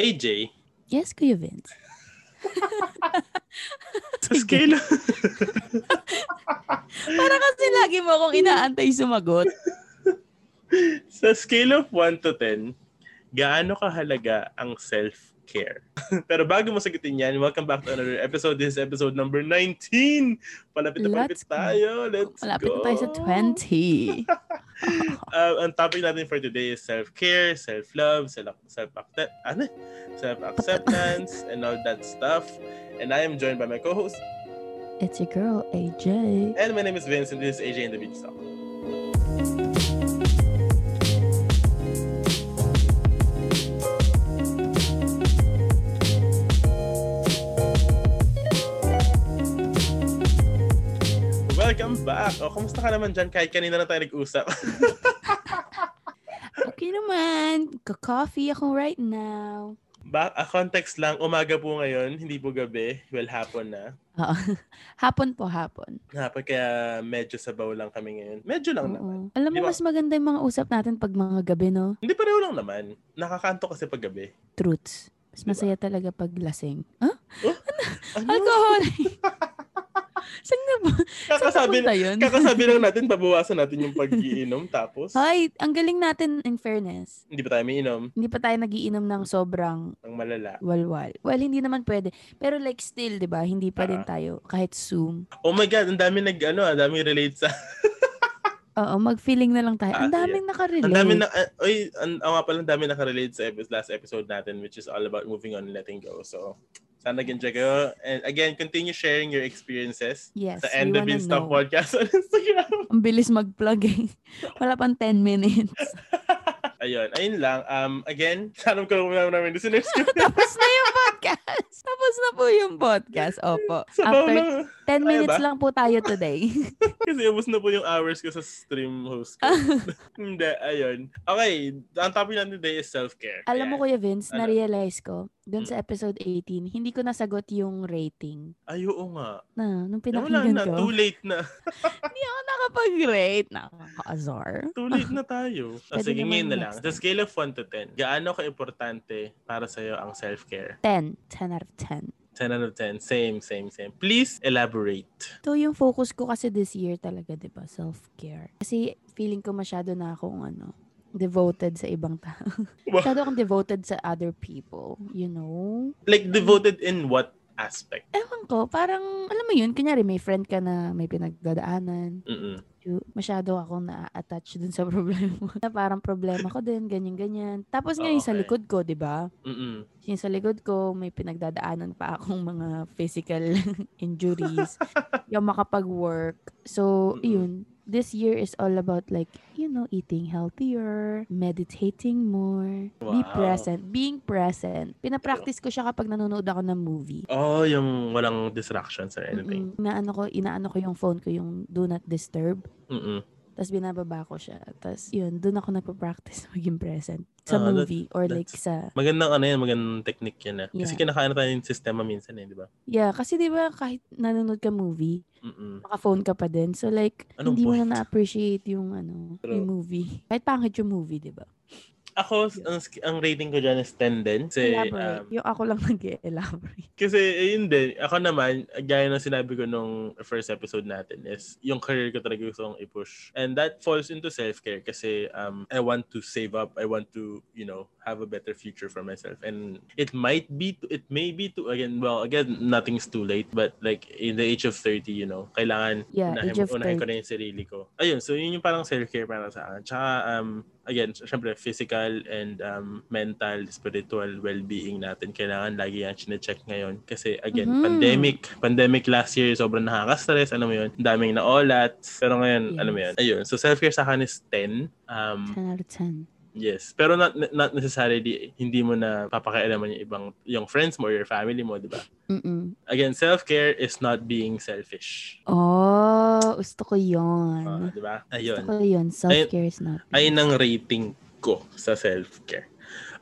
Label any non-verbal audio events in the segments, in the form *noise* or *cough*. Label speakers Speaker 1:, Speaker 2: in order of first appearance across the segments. Speaker 1: AJ,
Speaker 2: Yes, Kuya Vince.
Speaker 1: *laughs* sa scale,
Speaker 2: Para kasi lagi mo akong inaantay sumagot.
Speaker 1: sa scale of 1 to 10, gaano kahalaga ang self-care? *laughs* Pero bago mo sagutin yan, welcome back to another episode. This is episode number 19. Palapit na palapit
Speaker 2: Let's go.
Speaker 1: tayo. Let's
Speaker 2: Malapit
Speaker 1: go.
Speaker 2: na tayo sa 20.
Speaker 1: Uh, ang topic natin for today is self-care, self-love, self- self-accept- ano? self-acceptance,
Speaker 2: *laughs*
Speaker 1: and all that stuff. And I am joined by my co-host,
Speaker 2: It's your girl, AJ.
Speaker 1: and my name is Vince, and this is AJ and the Beach Talk. Welcome back! O, kumusta ka naman dyan? Kahit kanina na tayo nag-usap. *laughs*
Speaker 2: Okay naman. Ka-coffee ako right now.
Speaker 1: Ba, ah, context lang, umaga po ngayon, hindi po gabi. Well, hapon na.
Speaker 2: Oo. Ah, *laughs* hapon po, hapon.
Speaker 1: Hapon kaya medyo sabaw lang kami ngayon. Medyo lang naman.
Speaker 2: Oo. Alam
Speaker 1: Di
Speaker 2: mo,
Speaker 1: ba-
Speaker 2: mas maganda yung mga usap natin pag mga gabi, no?
Speaker 1: Hindi pareho lang naman. Nakakanto kasi pag gabi.
Speaker 2: Truths. Mas
Speaker 1: Di ba?
Speaker 2: masaya talaga pag lasing. Huh?
Speaker 1: Ano? *laughs*
Speaker 2: Alcohol! Saan na ba? Saan
Speaker 1: Kakasabi,
Speaker 2: napunta yun?
Speaker 1: *laughs* kakasabi lang natin, babawasan natin yung pag-iinom. Tapos,
Speaker 2: Hoy, ang galing natin in fairness.
Speaker 1: hindi pa tayo miinom
Speaker 2: Hindi pa tayo nagiinom ng sobrang
Speaker 1: ng malala.
Speaker 2: walwal. Well, hindi naman pwede. Pero like still, 'di ba? Hindi pa din
Speaker 1: Ah.
Speaker 2: tayo kahit Zoom.
Speaker 1: Oh my God, ang dami nag, ano, ang dami relate sa,
Speaker 2: Oo, mag-feeling na lang tayo.
Speaker 1: Ah,
Speaker 2: Ang daming nakarelate.
Speaker 1: ang dami na, uh, oy, ang, ang nga pala, ang dami nakarelate sa episode, last episode natin, which is all about moving on and letting go. So, sana nag-enjoy kayo. And again, continue sharing your experiences
Speaker 2: Yes,
Speaker 1: sa
Speaker 2: we
Speaker 1: End of
Speaker 2: wanna
Speaker 1: Beans Talk
Speaker 2: know.
Speaker 1: Podcast *laughs* on Instagram.
Speaker 2: Ang bilis mag-plug
Speaker 1: *laughs*
Speaker 2: eh. Wala pang 10 minutes. *laughs*
Speaker 1: ayun, ayun lang. Um, again, sana ko lang namin listeners
Speaker 2: *laughs*
Speaker 1: ko.
Speaker 2: Tapos na yung podcast. Tapos na po yung podcast. Opo.
Speaker 1: *laughs* Sabaw
Speaker 2: After
Speaker 1: na.
Speaker 2: 10 minutes
Speaker 1: ba?
Speaker 2: lang po tayo
Speaker 1: *laughs*
Speaker 2: today.
Speaker 1: Kasi ubos na po yung hours ko sa stream host
Speaker 2: *laughs*
Speaker 1: ko. Hindi, ayun. Okay, ang topic natin today is self-care.
Speaker 2: Alam mo Kuya
Speaker 1: Ano?
Speaker 2: Vince,
Speaker 1: Mm.
Speaker 2: na-realize ko dun sa episode 18, hindi ko nasagot yung rating.
Speaker 1: Ay, oo nga.
Speaker 2: Na, nung
Speaker 1: Eh, Wala
Speaker 2: pinakinggan
Speaker 1: na,
Speaker 2: ko.
Speaker 1: too late na.
Speaker 2: Nakapag-rate. Nakaka-azar.
Speaker 1: Too late
Speaker 2: *laughs*
Speaker 1: na tayo. Ah,
Speaker 2: Pwede
Speaker 1: sige,
Speaker 2: naman
Speaker 1: ngayon na
Speaker 2: next
Speaker 1: lang. Sa
Speaker 2: time.
Speaker 1: scale of 1 to 10, gaano ka-importante para sa'yo ang self-care?
Speaker 2: 10. 10 out of 10.
Speaker 1: 10 out of 10. Same, same, same. Please elaborate.
Speaker 2: Ito yung focus ko kasi this year talaga, 'di ba? Self-care. Kasi feeling ko masyado na akong ano, devoted sa ibang tao.
Speaker 1: Wow.
Speaker 2: masyado akong devoted sa other people, you know?
Speaker 1: Like, devoted in what aspect?
Speaker 2: Ewan ko, parang, alam mo yun, kunyari may friend ka na may pinagdadaanan,
Speaker 1: Mm-mm.
Speaker 2: you- masyado akong na-attach dun sa *laughs* problema mo. Na parang problema ko din, ganyan-ganyan. Tapos ngayon
Speaker 1: Oh,
Speaker 2: sa
Speaker 1: okay.
Speaker 2: likod ko, di ba?
Speaker 1: Mm-mm.
Speaker 2: Yung sa likod ko, may pinagdadaanan pa akong mga physical *laughs*
Speaker 1: *laughs*
Speaker 2: injuries. yung makapag-work. So,
Speaker 1: Mm-mm.
Speaker 2: yun. This year is all about like, you know, eating healthier, meditating more,
Speaker 1: Wow.
Speaker 2: be present, being present. Pinapractice ko siya kapag nanonood ako ng movie.
Speaker 1: Oh, yung walang distractions or anything.
Speaker 2: Mm-mm. Inaano ko, inaano ko yung phone ko, yung do not disturb.
Speaker 1: Mm-mm.
Speaker 2: Tapos binababa ko siya. Tapos yun, doon ako nagpa-practice *laughs* maging present. Sa
Speaker 1: Ah, that-
Speaker 2: movie or like
Speaker 1: that's-
Speaker 2: sa
Speaker 1: Magandang ano yan, magandang technique yan. Eh. Kasi
Speaker 2: Yeah.
Speaker 1: kinakaano tayo ng sistema minsan eh, di ba?
Speaker 2: Yeah, kasi 'di ba kahit nanonood ka movie,
Speaker 1: Mm-mm.
Speaker 2: maka-phone ka pa din. So like
Speaker 1: Anong
Speaker 2: hindi mo
Speaker 1: point?
Speaker 2: na na-appreciate yung ano,
Speaker 1: True.
Speaker 2: yung movie. Kahit pangit yung movie, 'di ba?
Speaker 1: Ako, s- ang, sk- ang rating ko dyan is 10 din. Kasi, um,
Speaker 2: Elaborate. yung ako lang nag-elaborate.
Speaker 1: kasi ayun din, ako naman, gaya ng sinabi ko nung first episode natin is yung career ko talaga gusto kong i-push. And that falls into self-care kasi um, I want to save up, I want to, you know, have a better future for myself. And it might be, to, it may be to, again, well, again, nothing's too late. But like, in the age of 30, you know, kailangan
Speaker 2: Yeah,
Speaker 1: unahin,
Speaker 2: age of
Speaker 1: unahin ko na yung sarili ko. Ayun, so yun yung parang self-care para sa akin. Tsaka, um, again, syempre, physical and um, mental, spiritual well-being natin. Kailangan lagi yan chinecheck ngayon. Kasi, again,
Speaker 2: Mhm.
Speaker 1: pandemic. Pandemic last year, sobrang nakaka-stress. Alam mo yun, daming naulat. Pero ngayon,
Speaker 2: Yes.
Speaker 1: alam mo yun. Ayun, so self-care sa akin is 10. Um,
Speaker 2: 10 out of 10.
Speaker 1: yes. Pero not, not necessarily, hindi mo na papakialaman yung ibang, yung friends mo or your family mo, di ba?
Speaker 2: Mm-mm.
Speaker 1: Again, self-care is not being selfish.
Speaker 2: Oh, gusto ko 'yon.
Speaker 1: Ah, di ba? Ayun.
Speaker 2: gusto ko 'yon. Self-care is not.
Speaker 1: ay ng rating ko sa self-care.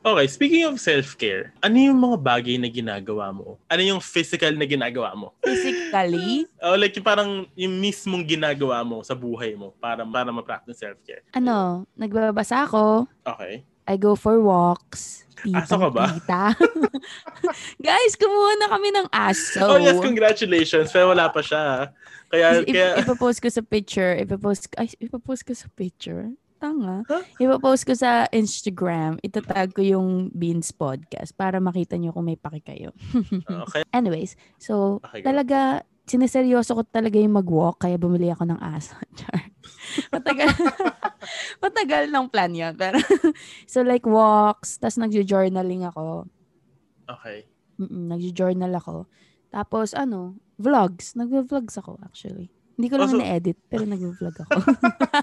Speaker 1: Okay, speaking of self-care, ano yung mga bagay na ginagawa mo? Ano yung physical na ginagawa mo?
Speaker 2: Physically,
Speaker 1: O like yung parang yung mismong ginagawa mo sa buhay mo para para ma-practice self-care.
Speaker 2: ano, nagbabasa ako,
Speaker 1: Okay.
Speaker 2: I go for walks.
Speaker 1: Aso ka ba? *laughs*
Speaker 2: tita. *laughs* Guys, kumuha na kami ng aso.
Speaker 1: Oh, yes, congratulations. Pero wala pa siya. ah. Kaya,
Speaker 2: Is-
Speaker 1: kaya,
Speaker 2: Ip- ipopost ko sa picture. Ipopost, ay, ipopost ko sa picture. Tanga.
Speaker 1: Huh?
Speaker 2: Ipopost ko sa Instagram. Itatag ko yung Beans Podcast para makita nyo kung may paki kayo.
Speaker 1: oh, kaya,
Speaker 2: Anyways, so
Speaker 1: okay, go.
Speaker 2: talaga, sineseryoso ko talaga yung mag-walk kaya bumili ako ng aso. *laughs* Char. Matagal, *laughs* matagal ng plan yun. Pero, *laughs* so like walks, tapos nagjo-journaling ako.
Speaker 1: okay.
Speaker 2: Mm-mm, nagjo-journal ako. Tapos ano, vlogs. Nagvo-vlogs ako actually. Hindi ko lang
Speaker 1: Also-
Speaker 2: na-edit, pero nagvo-vlog ako. *laughs*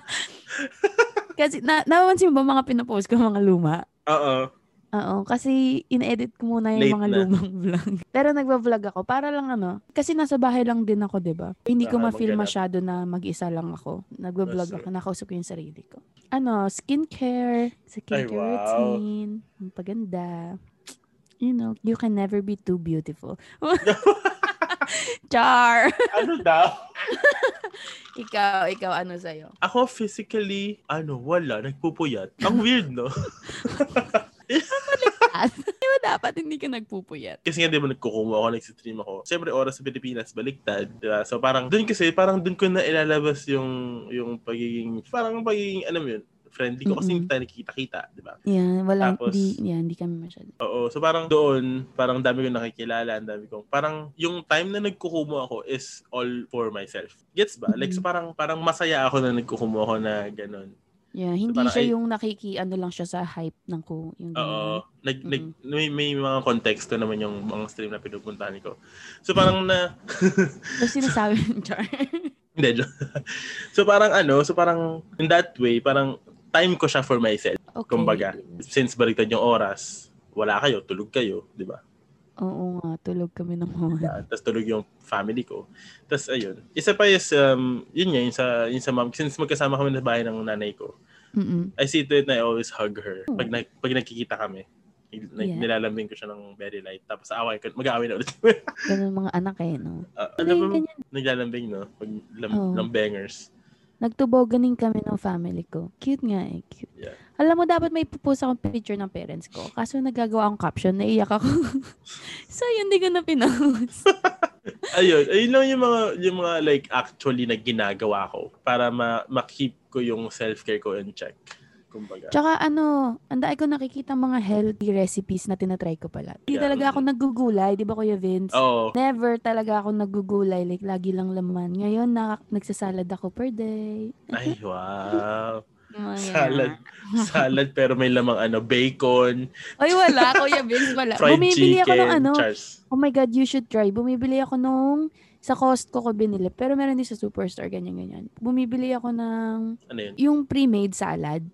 Speaker 2: kasi na napansin mo ba mga pinopost ko mga luma?
Speaker 1: Oo.
Speaker 2: Oo, kasi in-edit ko muna yung
Speaker 1: Late
Speaker 2: mga
Speaker 1: na.
Speaker 2: lumang *laughs* vlog. Pero nagvo-vlog ako para lang ano, kasi nasa bahay lang din ako, 'di ba? Hindi ko
Speaker 1: Baka
Speaker 2: ma-feel
Speaker 1: magganap.
Speaker 2: masyado na mag-isa lang ako. Nagvo-vlog
Speaker 1: Yes,
Speaker 2: ako, nakausap ko yung sarili ko. Ano, skincare, skincare
Speaker 1: wow.
Speaker 2: routine, ang paganda. You know, you can never be too
Speaker 1: *laughs*
Speaker 2: beautiful. *laughs* Char!
Speaker 1: Ano daw?
Speaker 2: Ikaw, ikaw, ano sa'yo?
Speaker 1: *laughs* Ako physically, ano, wala. Nagpupuyat. Ang weird, no?
Speaker 2: *laughs* Di ba dapat hindi ka nagpupuyat?
Speaker 1: Kasi nga, di ba, nagkukumo ako, nag-stream ako. Siyempre, oras sa Pilipinas, baliktad. di ba? So, parang, dun kasi, parang dun ko na ilalabas yung, yung pagiging, parang pagiging, ano yun, friendly ko kasi
Speaker 2: Mm-mm.
Speaker 1: hindi tayo nakikita-kita, di ba?
Speaker 2: Yan, wala,
Speaker 1: Tapos-
Speaker 2: di, yan, di kami masyado.
Speaker 1: Oo. So parang doon, parang dami kong nakikilala, ang dami kong, parang yung time na nagkukumo ako is all for myself. Gets ba? Like, so
Speaker 2: Mhm.
Speaker 1: parang, parang masaya ako na nagkukumo ako na ganun.
Speaker 2: Yeah, hindi
Speaker 1: parang
Speaker 2: siya
Speaker 1: ay-
Speaker 2: yung nakiki, ano lang siya sa hype ng ko. Yung ganun.
Speaker 1: Oo. Nag,
Speaker 2: Mhm.
Speaker 1: nag, may, may mga konteksto naman yung mga stream na pinupuntahan ko. So parang na,
Speaker 2: Tapos sinasabi *laughs* ng Char.
Speaker 1: hindi, joke. *laughs* so parang ano, so parang in that way, parang time ko siya for myself.
Speaker 2: okay.
Speaker 1: Kumbaga,
Speaker 2: Mm.
Speaker 1: since baliktad yung oras, wala kayo, tulog kayo, di ba?
Speaker 2: Oo nga, tulog kami ng mga.
Speaker 1: Yeah, tapos tulog yung family ko. Tapos ayun. Isa pa is, um, yun nga, yung sa, yung sa mom. Since magkasama kami sa bahay ng nanay ko,
Speaker 2: Mm-mm.
Speaker 1: I see to it na I always hug her. Pag, nag, pag nagkikita kami, nag-
Speaker 2: Hmm. Yeah.
Speaker 1: nilalambing ko siya ng very light. Tapos away ko, mag-aaway na ulit. *laughs*
Speaker 2: Ganun mga anak eh, no?
Speaker 1: Ah, ano
Speaker 2: Ano
Speaker 1: ba,
Speaker 2: yung ganyan? Oh.
Speaker 1: naglalambing, no? Pag lam,
Speaker 2: Oo.
Speaker 1: lambangers.
Speaker 2: Nagtuboganin kami ng family ko. Cute nga eh, cute.
Speaker 1: Yeah.
Speaker 2: Alam mo, dapat may pupost akong picture ng parents ko. Kaso nagagawa akong caption, naiyak ako. *laughs* so, yun, di ko na pinost.
Speaker 1: *laughs* Ayun, ayun lang yung mga, yung mga like actually na ginagawa ko para ma, ma-keep ko yung self-care ko in check. Kumbaga.
Speaker 2: Tsaka ano, anday ko nakikita mga healthy recipes na tinatry ko pala.
Speaker 1: Yeah.
Speaker 2: Hindi talaga ako nagugulay, di ba Kuya Vince?
Speaker 1: Oo.
Speaker 2: Never talaga ako nagugulay. Like, lagi lang laman. Ngayon, na, nagsasalad ako per day.
Speaker 1: Ay, wow.
Speaker 2: Yung mga ganyan.
Speaker 1: Salad. Salad pero may lamang ano, bacon,
Speaker 2: Ay, wala. Kuya Vince, wala.
Speaker 1: fried
Speaker 2: Bumibili
Speaker 1: chicken,
Speaker 2: ako ng ano.
Speaker 1: Charles.
Speaker 2: Oh my God, you should try. Bumibili ako nung sa Costco ko binili. Pero meron din sa Superstore, ganyan-ganyan. Bumibili ako ng
Speaker 1: Ano yun?
Speaker 2: yung pre-made salad.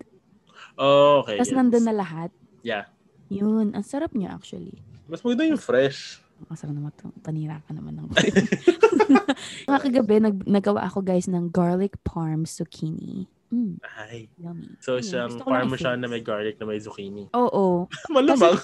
Speaker 1: Oh, okay.
Speaker 2: Tapos
Speaker 1: yes.
Speaker 2: nandun na lahat.
Speaker 1: Yeah.
Speaker 2: Yun. Ang sarap niya actually.
Speaker 1: Mas maganda yung fresh.
Speaker 2: Ang sarap naman to. Panira ka naman ng *laughs* Kakagabi, nag, nagawa ako guys ng garlic parm zucchini. Mm,
Speaker 1: Ay.
Speaker 2: yummy.
Speaker 1: So,
Speaker 2: Mm,
Speaker 1: siyang
Speaker 2: gusto ko lang
Speaker 1: parmesan
Speaker 2: i-fix.
Speaker 1: na may garlic na may zucchini. *laughs*
Speaker 2: Oo.
Speaker 1: Malamang.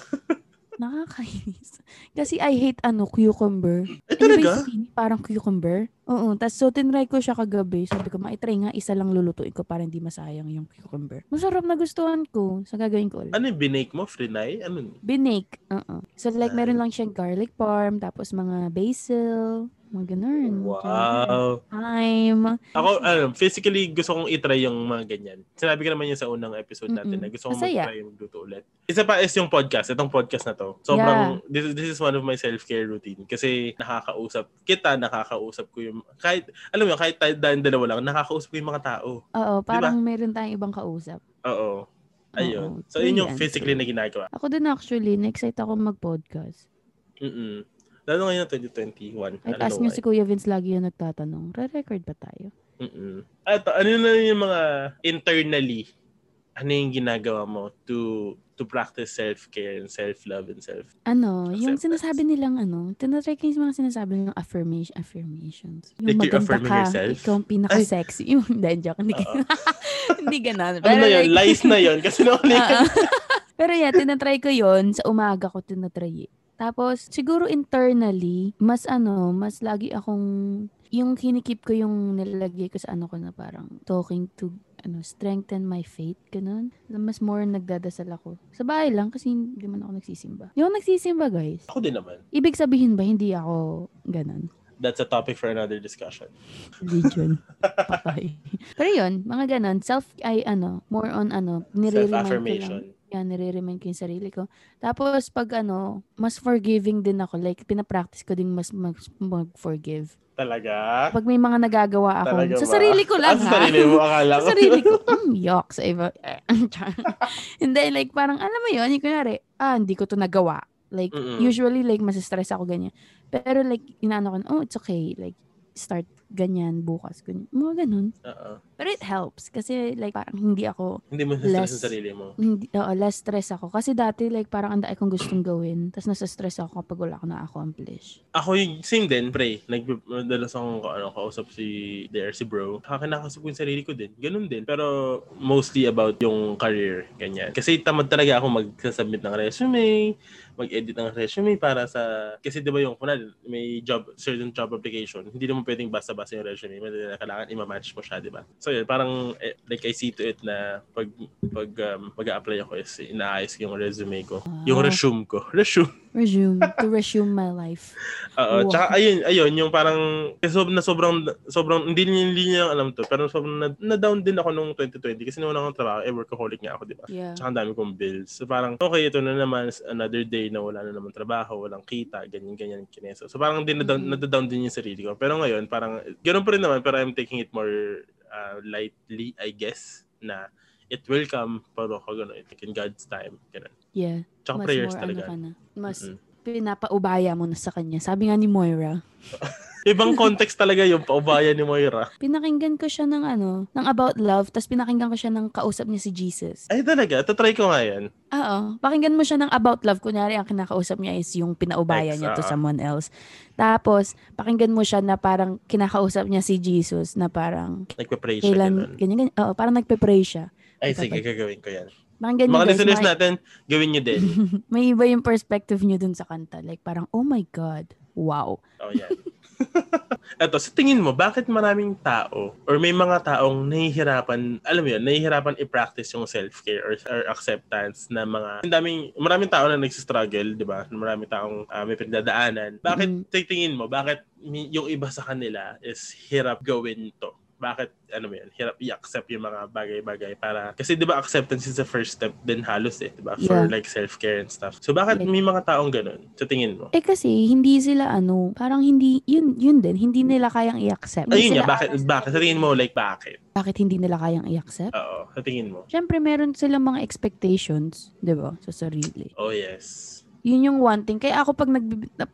Speaker 2: Nakakainis. *laughs* Kasi I hate ano, cucumber.
Speaker 1: Ay, Eh,
Speaker 2: Ano ba yung
Speaker 1: Ah, talaga?
Speaker 2: zucchini? Parang cucumber. Oo. Tapos so, tinry ko siya kagabi. Sabi ko, maitry nga, isa lang lulutuin ko para hindi masayang yung cucumber. Masarap na gustuhan ko. So, gagawin ko ulit.
Speaker 1: Ano yung binake mo? Frinay? Ano? yun?
Speaker 2: Binake. Oo. So, like, meron lang siyang garlic parm, tapos mga basil, mga ganun.
Speaker 1: Wow.
Speaker 2: Thyme.
Speaker 1: Ako, ano, physically gusto kong itry yung mga ganyan. Sinabi ko naman yun sa unang episode natin
Speaker 2: Mm-mm.
Speaker 1: na gusto kong
Speaker 2: Masaya.
Speaker 1: mag-try yung magluto ulit. Isa pa is yung podcast. Itong podcast na to. Sobrang, this, this is one of my self-care routine. Kasi nakakausap kita, nakakausap ko yung, kahit, alam mo, yun, kahit tayo tayong dalawa lang, nakakausap ko yung mga tao.
Speaker 2: Oo, parang meron tayong ibang kausap.
Speaker 1: Oo. Ayun.
Speaker 2: Oo,
Speaker 1: So, yun yung
Speaker 2: true yan,
Speaker 1: physically na
Speaker 2: true.
Speaker 1: ginagawa.
Speaker 2: Ako din actually, na-excite ako mag-podcast.
Speaker 1: Mm-mm. Lalo ngayon, 2021. I
Speaker 2: At
Speaker 1: don't know
Speaker 2: ask nyo
Speaker 1: why.
Speaker 2: si Kuya Vince lagi yung nagtatanong, re-record ba tayo?
Speaker 1: Mm-mm. At ano na yung mga internally, ano yung ginagawa mo to to practice self-care and self-love and self
Speaker 2: Ano, yung
Speaker 1: Acceptance.
Speaker 2: sinasabi nilang ano, tinatry ko yung mga sinasabi nilang affirmation, affirmations. Yung
Speaker 1: Like you're
Speaker 2: maganda
Speaker 1: affirming
Speaker 2: ka,
Speaker 1: yourself?
Speaker 2: ikaw ang pinaka-sexy. *laughs* Yung, hindi, joke. Hindi,
Speaker 1: Oo.
Speaker 2: *laughs* hindi ganun.
Speaker 1: Ano na yun?
Speaker 2: like- Ah.
Speaker 1: Lies na yun. Kasi
Speaker 2: *laughs*
Speaker 1: naulit.
Speaker 2: Oo. Pero yeah, tinatry ko yon Sa umaga ko tinatry eh. Tapos, siguro internally, mas ano, mas lagi akong yung kinikip ko yung nilagay ko sa ano ko na parang talking to ano, strengthen my faith, ganun. Mas more nagdadasal ako. Sa bahay lang kasi hindi man ako nagsisimba. Hindi ako nagsisimba, guys.
Speaker 1: Ako din naman.
Speaker 2: Ibig sabihin ba hindi ako ganun?
Speaker 1: That's a topic for another discussion.
Speaker 2: Religion. Patay. Pero yun, mga ganun. Self, ay ano, more on ano, nire-remind ko lang.
Speaker 1: Self-affirmation.
Speaker 2: Yan, nire-remind ko yung sarili ko. Tapos pag ano, mas forgiving din ako. Like, pinapractice ko din mas mag- mag-forgive.
Speaker 1: Talaga?
Speaker 2: Pag may mga nagagawa ako,
Speaker 1: Talaga
Speaker 2: sa
Speaker 1: ba?
Speaker 2: sarili ko lang
Speaker 1: Ah, sa
Speaker 2: ha.
Speaker 1: sarili mo, akala ko.
Speaker 2: *laughs* sa sarili ko, mm, yuck, sa iba. *laughs* Hindi, like, parang, alam mo yun, yung kunwari, ah, hindi ko to nagawa. Like,
Speaker 1: Mm-mm.
Speaker 2: usually, like, masistress ako ganyan. Pero, like, inaano ko, oh, it's okay. Like, start ganyan bukas. Ganyan. Mga ganun.
Speaker 1: *laughs* Oo.
Speaker 2: But it helps. Kasi, like, parang hindi ako,
Speaker 1: Hindi mo stress
Speaker 2: Less.
Speaker 1: sa sarili mo.
Speaker 2: hindi, oo, less stress ako. Kasi dati, like, parang ang dami kong gustong gawin. Tapos, nasa-stress ako kapag wala akong na-accomplish.
Speaker 1: Ako yung same din, pre. Nagmadalas akong ka- ano, kausap si there, si bro. Kakanakasap ko yung sarili ko din. Ganun din. Pero mostly about yung career. Ganyan. Kasi tamad talaga ako magsasubmit ng resume, mag-edit ng resume para sa... Kasi di ba yung, kunwari, may job, certain job application, hindi naman pwedeng basta-basta yung resume. May kailangan imamatch mo siya, di ba? So yun, parang eh, like I see to it na pag, pag um, mag-a-apply ako is inaayos ko yung resume ko. Yung
Speaker 2: Wow.
Speaker 1: resume ko. Resume.
Speaker 2: Resume. to resume my life.
Speaker 1: Oo,
Speaker 2: Wow.
Speaker 1: tsaka ayun, ayun, yung parang kasi sob- na sobrang, sobrang, hindi, niya- hindi niya alam to, pero sobrang na, na-down din ako nung 2020 kasi nung una akong trabaho, eh, workaholic nga ako, di ba?
Speaker 2: Yeah.
Speaker 1: Tsaka ang dami kong bills. So parang, okay, ito na naman, it's another day na wala na naman trabaho, walang kita, ganyan, ganyan, kinesa. So parang din na-down,
Speaker 2: Mhm.
Speaker 1: nadadown din yung sarili ko. Pero ngayon, parang, ganoon pa rin naman, pero I'm taking it more uh, lightly, I guess, na it will come, pero ako gano'n, it in God's time, gano'n.
Speaker 2: Yeah.
Speaker 1: Tsaka
Speaker 2: mas
Speaker 1: prayers
Speaker 2: more
Speaker 1: talaga.
Speaker 2: ano ka na. Mas
Speaker 1: Mm-mm.
Speaker 2: pinapaubaya mo na sa kanya. Sabi nga ni Moira,
Speaker 1: Ibang context talaga yung paubayan ni Moira.
Speaker 2: pinakinggan ko siya ng ano, ng About Love, tapos pinakinggan ko siya ng kausap niya si Jesus.
Speaker 1: Ay talaga, tatry ko nga yan.
Speaker 2: Oo, pakinggan mo siya ng About Love. Kunyari, ang kinakausap niya is yung pinaubaya
Speaker 1: Ex,
Speaker 2: niya to
Speaker 1: oo.
Speaker 2: someone else. Tapos, pakinggan mo siya na parang kinakausap niya si Jesus na parang
Speaker 1: Nagpa-pray siya ganun.
Speaker 2: kailan, ganyan, ganyan. Oo, parang nagpe-pray siya.
Speaker 1: Ay,
Speaker 2: Dapat-
Speaker 1: sige, gagawin ko yan.
Speaker 2: Pakinggan niyo
Speaker 1: Mga
Speaker 2: guys,
Speaker 1: listeners
Speaker 2: may,
Speaker 1: natin, gawin niyo din.
Speaker 2: may iba yung perspective niyo dun sa kanta. Like parang, oh my God, wow.
Speaker 1: Oh, yan. Eto, sa tingin mo, bakit maraming tao or may mga taong nahihirapan, alam mo yun, nahihirapan i-practice yung self-care or, or acceptance na mga, ang daming, maraming tao na nagsistruggle, di ba? Maraming taong ah, may pinagdadaanan. Bakit,
Speaker 2: Mm.
Speaker 1: sa tingin mo, bakit mi- yung iba sa kanila is hirap gawin to? bakit ano mo yun, hirap i-accept yung mga bagay-bagay para kasi 'di ba acceptance is the first step din halos eh 'di ba for
Speaker 2: Yeah.
Speaker 1: like self-care and stuff. So bakit
Speaker 2: Yeah.
Speaker 1: may mga taong ganun sa tingin mo?
Speaker 2: Eh kasi hindi sila ano, parang hindi yun yun din, hindi nila kayang i-accept.
Speaker 1: Ayun nga,
Speaker 2: Hindi sila
Speaker 1: bakit,
Speaker 2: honest
Speaker 1: bakit? Sa tingin mo, like, bakit?
Speaker 2: bakit hindi nila kayang i-accept?
Speaker 1: Oo, sa tingin mo.
Speaker 2: Siyempre meron silang mga expectations, 'di ba, sa sarili.
Speaker 1: Oh, yes.
Speaker 2: Yun yung one thing. Kaya ako pag nag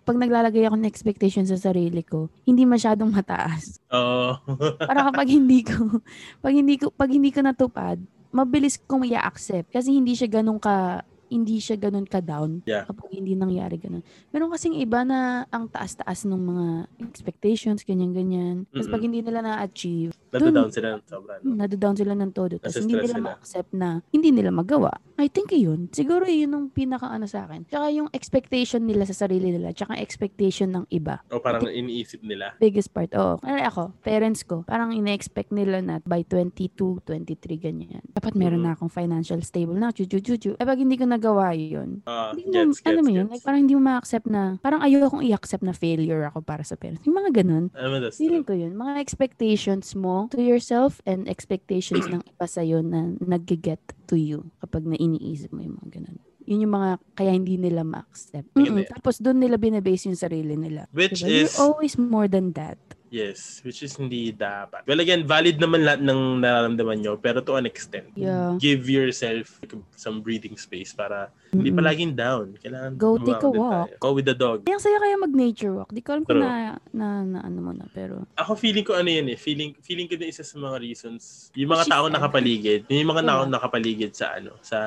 Speaker 2: pag naglalagay ako ng expectations sa sarili ko, hindi masyadong mataas.
Speaker 1: *laughs* Oo.
Speaker 2: Para kapag hindi ko *laughs* pag hindi ko pag hindi ko natupad, mabilis kong i-accept kasi hindi siya ganun ka hindi siya ganun ka down
Speaker 1: Yeah.
Speaker 2: kapag hindi nangyari ganun. Meron kasing iba na ang taas-taas ng mga expectations, ganyan-ganyan. Tapos pag
Speaker 1: Mm-mm.
Speaker 2: hindi nila na-achieve,
Speaker 1: Nadadown sila ng sobra, no?
Speaker 2: nadadown sila ng todo. Tapos hindi
Speaker 1: Nasistress sila.
Speaker 2: nila ma-accept na hindi nila magawa. I think yun. Siguro yun ang pinaka-ano sa akin. Tsaka yung expectation nila sa sarili nila, tsaka expectation ng iba.
Speaker 1: O Oh, parang iniisip nila.
Speaker 2: Biggest part, oo. Kaya ako, parents ko, parang ina-expect nila na by 22, 23, ganyan. Dapat meron
Speaker 1: Mm.
Speaker 2: na akong financial stable na, chu chu chu chu. Eh, pag hindi ko nagawa yun,
Speaker 1: Ah,
Speaker 2: hindi mo,
Speaker 1: gets, gets,
Speaker 2: ano mo
Speaker 1: gets.
Speaker 2: yun, like, parang hindi mo ma-accept na, parang ayokong i-accept na failure ako para sa parents. Yung mga ganun.
Speaker 1: Ano, that's
Speaker 2: Feeling
Speaker 1: true.
Speaker 2: ko yun, mga expectations mo to yourself and expectations ng iba sa'yo na nag-get to you kapag na iniisip mo yung mga ganun. Yun yung mga kaya hindi nila ma-accept. Mm-mm.
Speaker 1: Maganda yan.
Speaker 2: Tapos doon nila binabase yung sarili nila.
Speaker 1: Which
Speaker 2: Diba?
Speaker 1: is,
Speaker 2: You're always more than that.
Speaker 1: yes, which is hindi dapat. Well, again, valid naman lahat ng nararamdaman nyo, pero to an extent.
Speaker 2: Yeah.
Speaker 1: Give yourself some breathing space para hindi
Speaker 2: Mm-mm.
Speaker 1: palaging down. Kailangan
Speaker 2: Go
Speaker 1: gumawa din
Speaker 2: take a
Speaker 1: tayo.
Speaker 2: walk.
Speaker 1: Go with the dog.
Speaker 2: Ay, ang saya kaya mag-nature walk. Di ko alam
Speaker 1: True.
Speaker 2: kung na, na, na ano mo na, pero...
Speaker 1: ako feeling ko ano yan eh, feeling feeling ko na isa sa mga reasons, yung mga
Speaker 2: Which is
Speaker 1: tao
Speaker 2: ano?
Speaker 1: nakapaligid, yung mga
Speaker 2: Yeah.
Speaker 1: tao nakapaligid sa ano, sa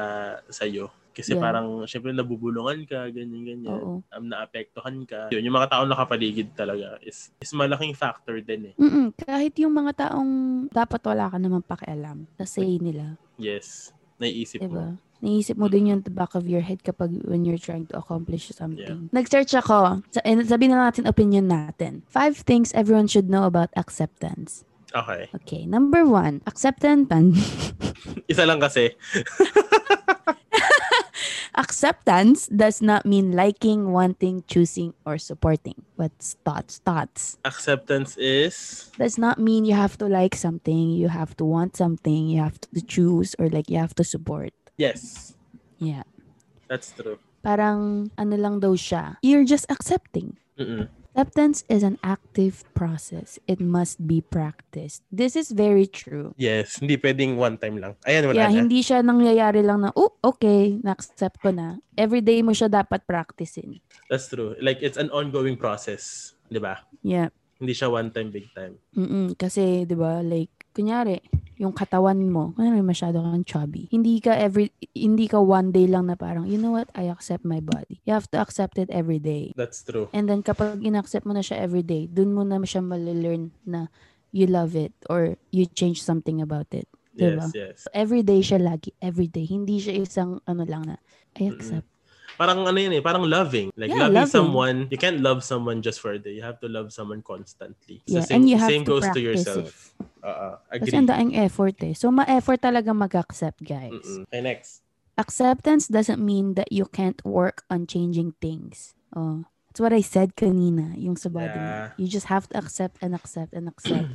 Speaker 1: sa iyo. Kasi
Speaker 2: Yeah.
Speaker 1: parang syempre nabubulungan ka, ganyan ganyan.
Speaker 2: Oo.
Speaker 1: Um, naapektuhan ka. Yun, yung mga tao nakapaligid talaga is is malaking factor din eh.
Speaker 2: Mm-mm. Kahit yung mga taong dapat wala ka naman pakialam sa say nila.
Speaker 1: Yes. Naiisip mo.
Speaker 2: Diba? naisip mo din yung the back of your head kapag when you're trying to accomplish something. Nag-search ako. Sa- and Sabi na natin opinion natin. Five things everyone should know about acceptance.
Speaker 1: Okay.
Speaker 2: Okay, number one, acceptance. *laughs*
Speaker 1: Isa lang kasi.
Speaker 2: acceptance does not mean liking, wanting, choosing, or supporting. What's thoughts? Thoughts.
Speaker 1: Acceptance is...
Speaker 2: Does not mean you have to like something, you have to want something, you have to choose, or like you have to support.
Speaker 1: Yes.
Speaker 2: Yeah.
Speaker 1: That's true.
Speaker 2: Parang ano lang daw siya. You're just accepting.
Speaker 1: Mm-mm.
Speaker 2: Acceptance is an active process. It must be practiced. This is very true.
Speaker 1: Yes. Hindi pwedeng one time lang. Ayan, wala
Speaker 2: Yeah,
Speaker 1: na.
Speaker 2: hindi siya nangyayari lang na, oh, okay, na-accept ko na. Everyday mo siya dapat practicein.
Speaker 1: That's true. Like, it's an ongoing process. Di ba?
Speaker 2: Yeah.
Speaker 1: Hindi siya one time, big time.
Speaker 2: Mm-mm, kasi, di ba, like, kunyari, yung katawan mo, kunyari masyado kang chubby. Hindi ka every, hindi ka one day lang na parang, you know what, I accept my body. You have to accept it every day.
Speaker 1: That's true.
Speaker 2: And then kapag inaccept mo na siya every day, dun mo na siya malilearn na you love it or you change something about it.
Speaker 1: Yes,
Speaker 2: Diba?
Speaker 1: yes.
Speaker 2: So, every day siya lagi, every day. Hindi siya isang ano lang na, I accept.
Speaker 1: Parang ano yun eh, parang loving. Like
Speaker 2: Yeah,
Speaker 1: loving,
Speaker 2: loving.
Speaker 1: someone, you can't love someone just for a day. You have to love someone constantly. So
Speaker 2: Yeah,
Speaker 1: same,
Speaker 2: and you have
Speaker 1: same
Speaker 2: to
Speaker 1: goes to
Speaker 2: practice
Speaker 1: yourself. Uh,
Speaker 2: Kasi
Speaker 1: agree.
Speaker 2: ang daing effort eh. So, ma-effort talaga mag-accept, guys.
Speaker 1: Mm-mm. Okay, next.
Speaker 2: acceptance doesn't mean that you can't work on changing things. Oh, that's what I said kanina, yung sa body mo.
Speaker 1: Yeah.
Speaker 2: You just have to accept and accept
Speaker 1: *clears throat*
Speaker 2: and accept.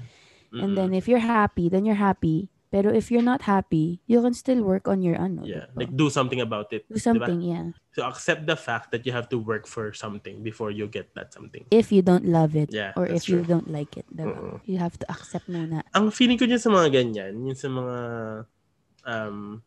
Speaker 2: and
Speaker 1: Mm-mm.
Speaker 2: then if you're happy, then you're happy. Pero if you're not happy, you can still work on your ano.
Speaker 1: yeah, like
Speaker 2: diba?
Speaker 1: do something about it.
Speaker 2: Do something, yeah.
Speaker 1: So accept the fact that you have to work for something before you get that something.
Speaker 2: If you don't love it
Speaker 1: Yeah,
Speaker 2: or
Speaker 1: that's
Speaker 2: if you
Speaker 1: true.
Speaker 2: don't like it, diba?
Speaker 1: Oo.
Speaker 2: You have to accept muna.
Speaker 1: Ang feeling ko dyan sa mga ganyan, yun sa mga um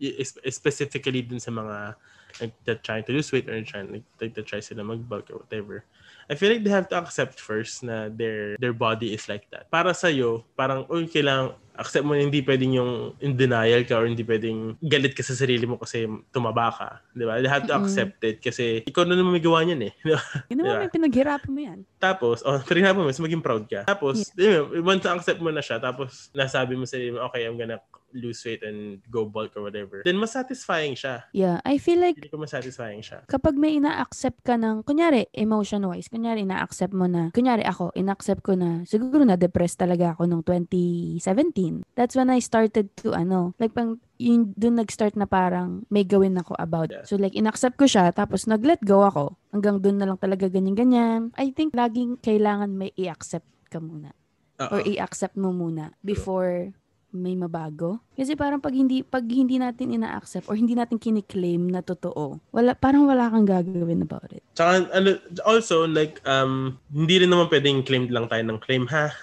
Speaker 1: y- es- specifically dun sa mga like that trying to lose weight or trying like, like that try sila mag bulk or whatever. I feel like they have to accept first na their their body is like that. Para sa parang uy kailang accept mo na hindi pwedeng yung in denial ka or hindi pwedeng galit ka sa sarili mo kasi tumaba ka, 'di ba? They have to
Speaker 2: Mm-mm.
Speaker 1: accept it kasi ikaw na naman may gawa niyan eh. *laughs* Di ba?
Speaker 2: Yun naman,
Speaker 1: Yeah.
Speaker 2: may pinaghirapan mo yan.
Speaker 1: Tapos, oh, *laughs* for example, mas maging proud ka. Tapos, yun, once accept mo na siya, tapos nasabi mo sa sarili mo, okay, I'm gonna lose weight and go bulk or whatever. Then, mas satisfying siya.
Speaker 2: Yeah, I feel like
Speaker 1: Hindi ko mas satisfying siya.
Speaker 2: kapag may ina-accept ka ng, kunyari, emotion-wise, kunyari, ina-accept mo na, kunyari ako, ina-accept ko na, siguro na-depressed talaga ako nung 2017. That's when I started to, ano, like pang, yun, dun nag-start na parang may gawin ako about.
Speaker 1: Yeah.
Speaker 2: it. So like, ina-accept ko siya, tapos nag-let go ako. Hanggang dun na lang talaga ganyan-ganyan. I think laging kailangan may i-accept ka muna. Or
Speaker 1: Oo.
Speaker 2: i-accept mo muna before may mabago. Kasi parang pag hindi, pag hindi natin ina-accept or hindi natin kiniklaim na totoo, wala, parang wala kang gagawin about it.
Speaker 1: Tsaka, ano, also, like, um, hindi rin naman pwedeng claimed lang tayo ng claim, ha?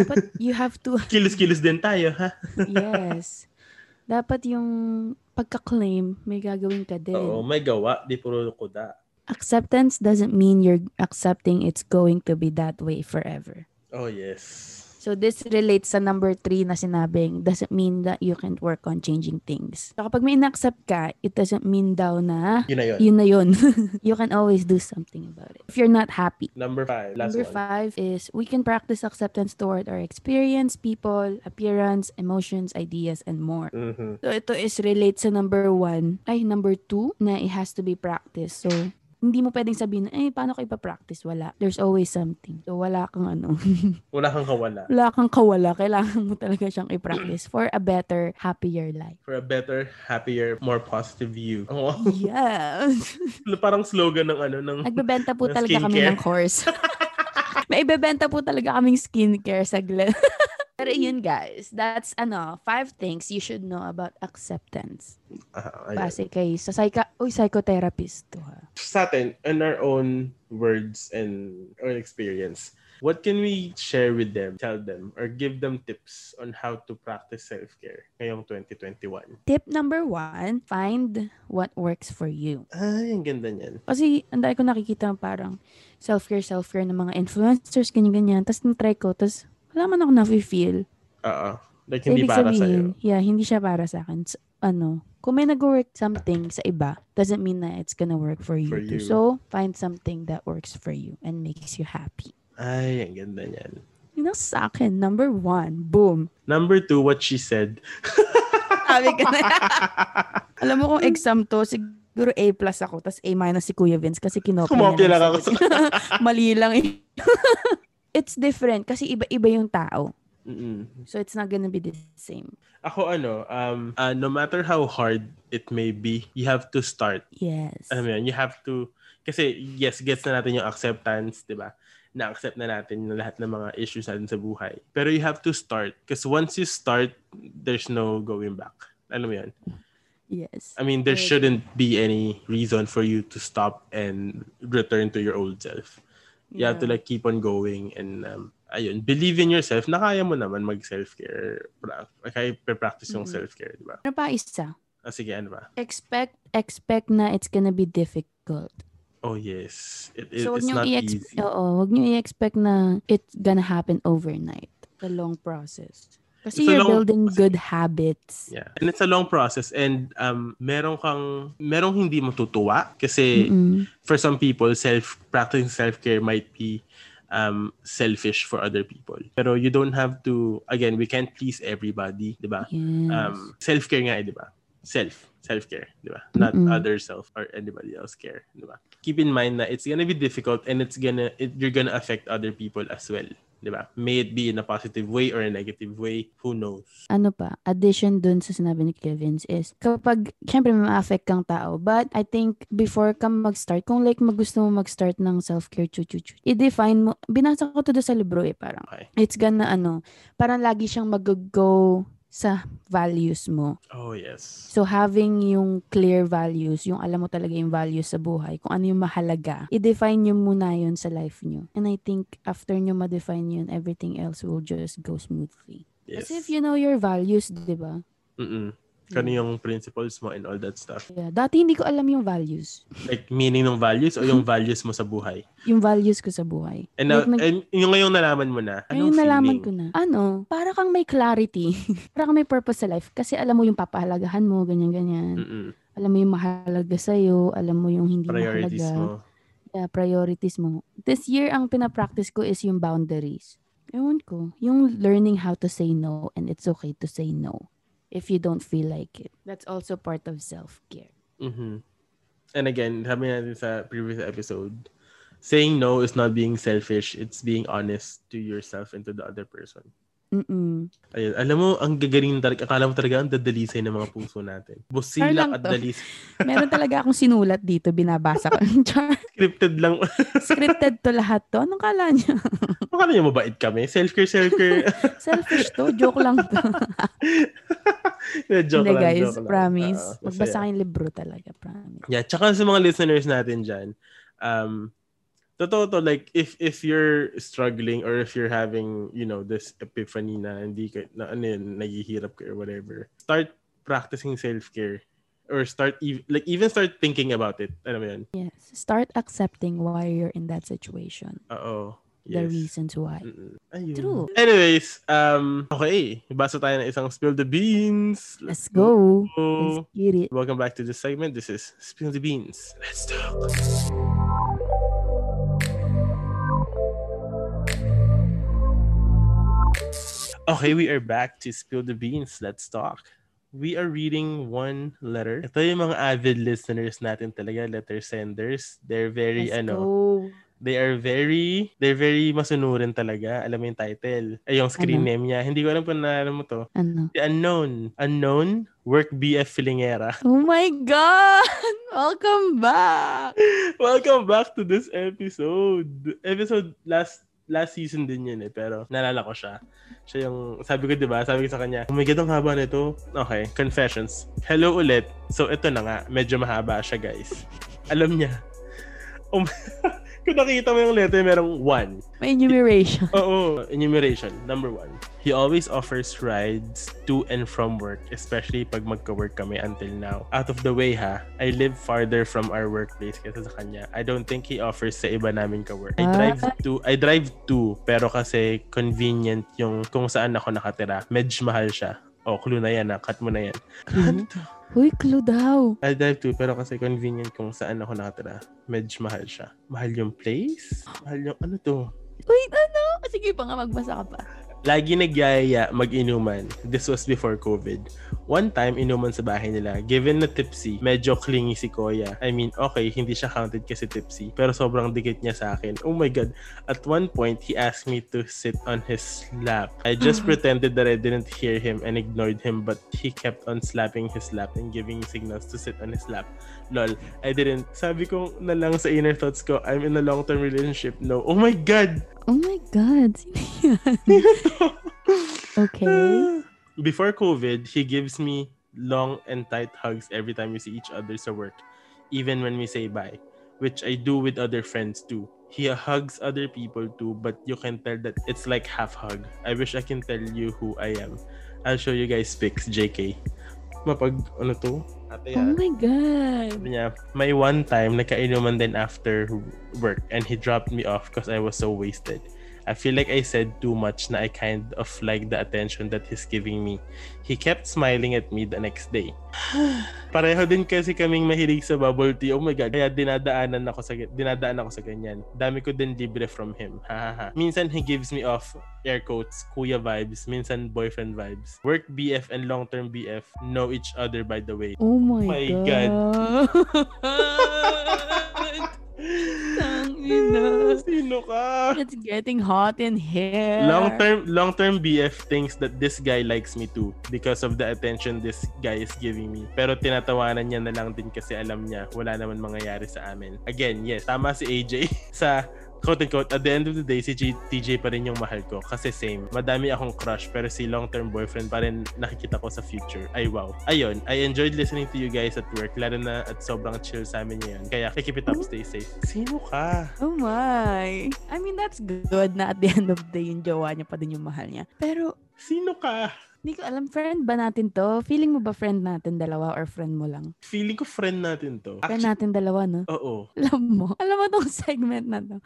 Speaker 2: Dapat you have
Speaker 1: *laughs*
Speaker 2: to,
Speaker 1: Kilos-kilos din tayo, ha?
Speaker 2: yes. Dapat yung pagka-claim, may gagawin ka din.
Speaker 1: Oo, may gawa, di puro kuda.
Speaker 2: Acceptance doesn't mean you're accepting it's going to be that way forever.
Speaker 1: Oh, yes.
Speaker 2: So this relates sa number three na sinabing doesn't mean that you can't work on changing things. So kapag may ina-accept ka, it doesn't mean daw na
Speaker 1: Yun na yun.
Speaker 2: yun na yun. *laughs* you can always do something about it. If you're not happy.
Speaker 1: Number five. Last
Speaker 2: Number
Speaker 1: one.
Speaker 2: five is we can practice acceptance toward our experience, people, appearance, emotions, ideas, and more.
Speaker 1: Mhm.
Speaker 2: So ito is relate sa number one. Ay, number two, na it has to be practiced. So, hindi mo pwedeng sabihin, eh, paano ko ipapractice? Wala. There's always something. So, wala kang ano. *laughs*
Speaker 1: Wala kang kawala.
Speaker 2: wala kang kawala. Kailangan mo talaga siyang ipractice for a better,
Speaker 1: *laughs*
Speaker 2: happier life.
Speaker 1: For a better, happier, more positive you. *laughs* Oo.
Speaker 2: Yeah. *laughs*
Speaker 1: Parang slogan ng ano, ng...
Speaker 2: Nagbebenta
Speaker 1: Ng
Speaker 2: po talaga kami
Speaker 1: skincare.
Speaker 2: ng *laughs* course. May ibebenta po talaga kaming skincare sa Glen. *laughs* Pero yun guys, that's ano, five things you should know about acceptance.
Speaker 1: Ah, ayun.
Speaker 2: Base kay sa psycha, uy, psychotherapist to ha.
Speaker 1: sa atin, in our own words and our experience, what can we share with them, tell them, or give them tips on how to practice self-care ngayong 2021?
Speaker 2: Tip number one, find what works for you.
Speaker 1: Ay, ang ganda niyan.
Speaker 2: Kasi ang dahil ko nakikita parang self-care, self-care ng mga influencers, ganyan-ganyan. Tapos natry ko, tapos wala man ako na-feel.
Speaker 1: Oo. Like,
Speaker 2: So,
Speaker 1: hindi
Speaker 2: ibig
Speaker 1: para
Speaker 2: sabihin,
Speaker 1: sa'yo.
Speaker 2: Yeah, hindi siya para sa akin. S- ano, kung may nag-work something sa iba, doesn't mean na it's gonna work for you.
Speaker 1: For you.
Speaker 2: too. So, find something that works for you and makes you happy.
Speaker 1: Ay, ang ganda niyan.
Speaker 2: Yun ang sa akin, number one, boom. *laughs*
Speaker 1: Number two, what she said.
Speaker 2: Sabi ka na. *laughs* Alam mo kung exam to, siguro A plus ako, tas A minus si Kuya Vince kasi kinopia
Speaker 1: Kumopia
Speaker 2: niya
Speaker 1: lang
Speaker 2: lang
Speaker 1: ako.
Speaker 2: sa- *laughs* Mali lang. eh. it's different kasi iba-iba yung tao.
Speaker 1: Mm-mm.
Speaker 2: So it's not gonna be the same.
Speaker 1: Ako ano, um, uh, no matter how hard it may be, you have to start.
Speaker 2: Yes.
Speaker 1: Alam mo yun, you have to, kasi yes, gets na natin yung acceptance, di ba? Na-accept na natin yung lahat ng mga issues natin sa buhay. Pero you have to start. Because once you start, there's no going back. Alam mo yun?
Speaker 2: yes.
Speaker 1: I mean, there
Speaker 2: Correct.
Speaker 1: shouldn't be any reason for you to stop and return to your old self. You have to like keep on going and um, ayun, believe in yourself na kaya mo naman mag self-care. pra- Kaya practice yung
Speaker 2: Mhm.
Speaker 1: self-care, di ba?
Speaker 2: Ano pa isa?
Speaker 1: Ah, sige, ano ba?
Speaker 2: Expect expect na it's gonna be difficult.
Speaker 1: Oh, yes. It, it-
Speaker 2: so wag
Speaker 1: it's
Speaker 2: niyo
Speaker 1: not
Speaker 2: i-expect,
Speaker 1: easy.
Speaker 2: oo, wag niyo i-expect na it's gonna happen overnight. It's a long process. Kasi
Speaker 1: It's a
Speaker 2: you're
Speaker 1: long-
Speaker 2: building good habits.
Speaker 1: Yeah. And it's a long process and um merong kang merong hindi matutuwa kasi
Speaker 2: Mm-mm.
Speaker 1: for some people self practicing self-care might be um selfish for other people. Pero you don't have to again, we can't please everybody, 'di ba?
Speaker 2: Yes.
Speaker 1: Um self-care nga eh, 'di ba? Self, self-care, 'di ba? Not
Speaker 2: Mm-mm.
Speaker 1: other self or anybody else care, 'di ba? Keep in mind na it's gonna be difficult and it's gonna it, you're gonna affect other people as well. 'di ba? May it be in a positive way or a negative way, who knows?
Speaker 2: ano pa, addition dun sa sinabi ni Kevins is, kapag, syempre, may ma-affect kang tao, but I think, before ka mag-start, kung like, mag gusto mo mag-start ng self-care, chu chu chu, i-define mo, binasa ko to doon sa libro eh, parang,
Speaker 1: Okay.
Speaker 2: it's gonna, ano, parang lagi siyang mag-go sa values mo.
Speaker 1: Oh, yes.
Speaker 2: So, having yung clear values, yung alam mo talaga yung values sa buhay, kung ano yung mahalaga, i-define nyo muna yun sa life nyo. And I think, after nyo ma-define yun, everything else will just go smoothly.
Speaker 1: Yes.
Speaker 2: Kasi if you Hmm. know your values, di ba?
Speaker 1: Mm-mm. Kano yung principles mo and all that stuff.
Speaker 2: Yeah, dati hindi ko alam yung values.
Speaker 1: Like, meaning ng values o yung values mo sa buhay.
Speaker 2: Yung values ko sa buhay.
Speaker 1: And, now,
Speaker 2: Like, nag-
Speaker 1: and yung ngayong nalaman mo na, anong
Speaker 2: Ngayon nalaman
Speaker 1: feeling?
Speaker 2: ko na, ano, para kang may clarity. *laughs* para kang may purpose sa life. Kasi alam mo yung papahalagahan mo, ganyan-ganyan.
Speaker 1: Mm-mm.
Speaker 2: Alam mo yung mahalaga sa'yo. Alam mo yung hindi
Speaker 1: Priorities
Speaker 2: mahalaga.
Speaker 1: mo.
Speaker 2: Yeah, uh, priorities mo. This year, ang pinapractice ko is yung boundaries. Ewan ko. Yung learning how to say no and it's okay to say no if you don't feel like it. That's also part of self-care.
Speaker 1: Mhm. And again, sabi natin sa previous episode, saying no is not being selfish. It's being honest to yourself and to the other person.
Speaker 2: Mm-mm.
Speaker 1: Ayun. Alam mo, ang gagaling talaga. Akala mo talaga ang dadalisay ng mga puso natin.
Speaker 2: lang
Speaker 1: Busilak at
Speaker 2: to.
Speaker 1: dalis.
Speaker 2: Meron talaga akong sinulat dito. Binabasa ko. *laughs* Char.
Speaker 1: Scripted lang. *laughs*
Speaker 2: Scripted to lahat to. Anong kala niya?
Speaker 1: Akala niyo mabait kami. Self-care,
Speaker 2: *laughs*
Speaker 1: self-care.
Speaker 2: Selfish to. Joke lang to.
Speaker 1: *laughs* Eh, joke
Speaker 2: Hindi
Speaker 1: lang,
Speaker 2: guys,
Speaker 1: joke lang.
Speaker 2: promise.
Speaker 1: Oo,
Speaker 2: Magbasa
Speaker 1: masaya.
Speaker 2: kayong libro talaga, promise.
Speaker 1: Yeah, tsaka sa mga listeners natin dyan, um, totoo to, like, if, if you're struggling or if you're having, you know, this epiphany na hindi ka, na ano yun, naghihirap ka or whatever, start practicing self-care or start, ev- like, even start thinking about it. Ano mo yun?
Speaker 2: Yes. Start accepting why you're in that situation.
Speaker 1: Oo.
Speaker 2: The
Speaker 1: Yes. Mm.
Speaker 2: reasons why.
Speaker 1: Mm-mm. Ayun.
Speaker 2: True.
Speaker 1: Anyways, um, okay. Basa tayo ng isang Spill the Beans.
Speaker 2: Let's go.
Speaker 1: go.
Speaker 2: Let's get it.
Speaker 1: Welcome back to this segment. This is Spill the Beans. Let's talk. Okay, we are back to Spill the Beans. Let's talk. We are reading one letter. Ito yung mga avid listeners natin talaga, letter senders. They're very,
Speaker 2: Let's
Speaker 1: ano,
Speaker 2: go.
Speaker 1: they are very, they're very masunurin talaga. Alam mo yung title. Ay, yung screen
Speaker 2: Ano?
Speaker 1: name niya. Hindi ko alam kung naalala mo to.
Speaker 2: Ano?
Speaker 1: The Unknown. Unknown, Work BF Filingera. *laughs*
Speaker 2: Oh my God! *laughs* Welcome back!
Speaker 1: Welcome back to this episode. Episode last last season din yun eh, pero nalala ko siya. Siya yung, sabi ko diba, sabi ko sa kanya, oh my God, ang haba nito. Okay, confessions. Hello ulit. So ito na nga, medyo mahaba siya guys. Alam niya. Um, *laughs* kung nakita mo yung letter, merong one.
Speaker 2: May enumeration.
Speaker 1: Oo, enumeration. Number one. He always offers rides to and from work, especially pag magka-work kami until now. Out of the way ha, I live farther from our workplace kaysa sa kanya. I don't think he offers sa iba namin ka-work. I
Speaker 2: Ah.
Speaker 1: drive to, I drive to, pero kasi convenient yung kung saan ako nakatira. Medj mahal siya. O, oh, clue na yan ha. Cut mo na yan.
Speaker 2: Clue? Huy, clue daw.
Speaker 1: *laughs* I drive to, pero kasi convenient kung saan ako nakatira. Medj mahal siya. Mahal yung place? Mahal yung ano to?
Speaker 2: Wait, ano? Sige pa nga, magbasa ka pa.
Speaker 1: Lagi nagyaya mag-inuman. This was before COVID. One time, inuman sa bahay nila. Given na tipsy, medyo clingy si Koya. I mean, okay, hindi siya counted kasi tipsy. Pero sobrang dikit niya sa akin. Oh my God. At one point, he asked me to sit on his lap. I just pretended that I didn't hear him and ignored him. But he kept on slapping his lap and giving signals to sit on his lap. Lol, I didn't. Sabi ko na lang sa inner thoughts ko, I'm in a long-term relationship. No. Oh my God! *laughs*
Speaker 2: Oh my God. Sino yan? *laughs* okay.
Speaker 1: *laughs* Before COVID, he gives me long and tight hugs every time we see each other sa work, even when we say bye, which I do with other friends too. He hugs other people too, but you can tell that it's like half hug. I wish I can tell you who I am. I'll show you guys pics, JK. Mapag, ano to? Ate,
Speaker 2: Oh my God.
Speaker 1: Sabi niya, may one time, nagkainuman din after work and he dropped me off because I was so wasted. I feel like I said too much na I kind of like the attention that he's giving me. He kept smiling at me the next day. *sighs* Pareho din kasi kaming mahilig sa bubble tea. Oh my God. Kaya dinadaanan ako sa, dinadaan ako sa ganyan. Dami ko din libre from him. Hahaha. Minsan he gives me off air quotes, kuya vibes. Minsan boyfriend vibes. Work BF and long-term BF know each other by the way.
Speaker 2: Oh my,
Speaker 1: My
Speaker 2: God.
Speaker 1: God.
Speaker 2: Tangina.
Speaker 1: Ah, Sino ka?
Speaker 2: *laughs* It's getting hot in here.
Speaker 1: Long term long term BF thinks that this guy likes me too because of the attention this guy is giving me. Pero tinatawanan niya na lang din kasi alam niya wala naman mangyayari sa amin. Again, yes, tama si AJ *laughs* sa quote unquote, at the end of the day, si G- TJ pa rin yung mahal ko. Kasi same. Madami akong crush, pero si long-term boyfriend pa rin nakikita ko sa future. Ay, wow. Ayun, I enjoyed listening to you guys at work, lalo na at sobrang chill sa amin ngayon. Kaya, keep it up, stay safe. Sino ka?
Speaker 2: Oh my. I mean, that's good na at the end of the day, yung jowa niya pa din yung mahal niya. Pero,
Speaker 1: Sino ka?
Speaker 2: hindi ko alam, friend ba natin to? Feeling mo ba friend natin dalawa or friend mo lang?
Speaker 1: Feeling ko friend natin to.
Speaker 2: Friend
Speaker 1: Actually,
Speaker 2: natin dalawa, no? *laughs*
Speaker 1: oo.
Speaker 2: Alam mo, alam mo tong *laughs* segment na to.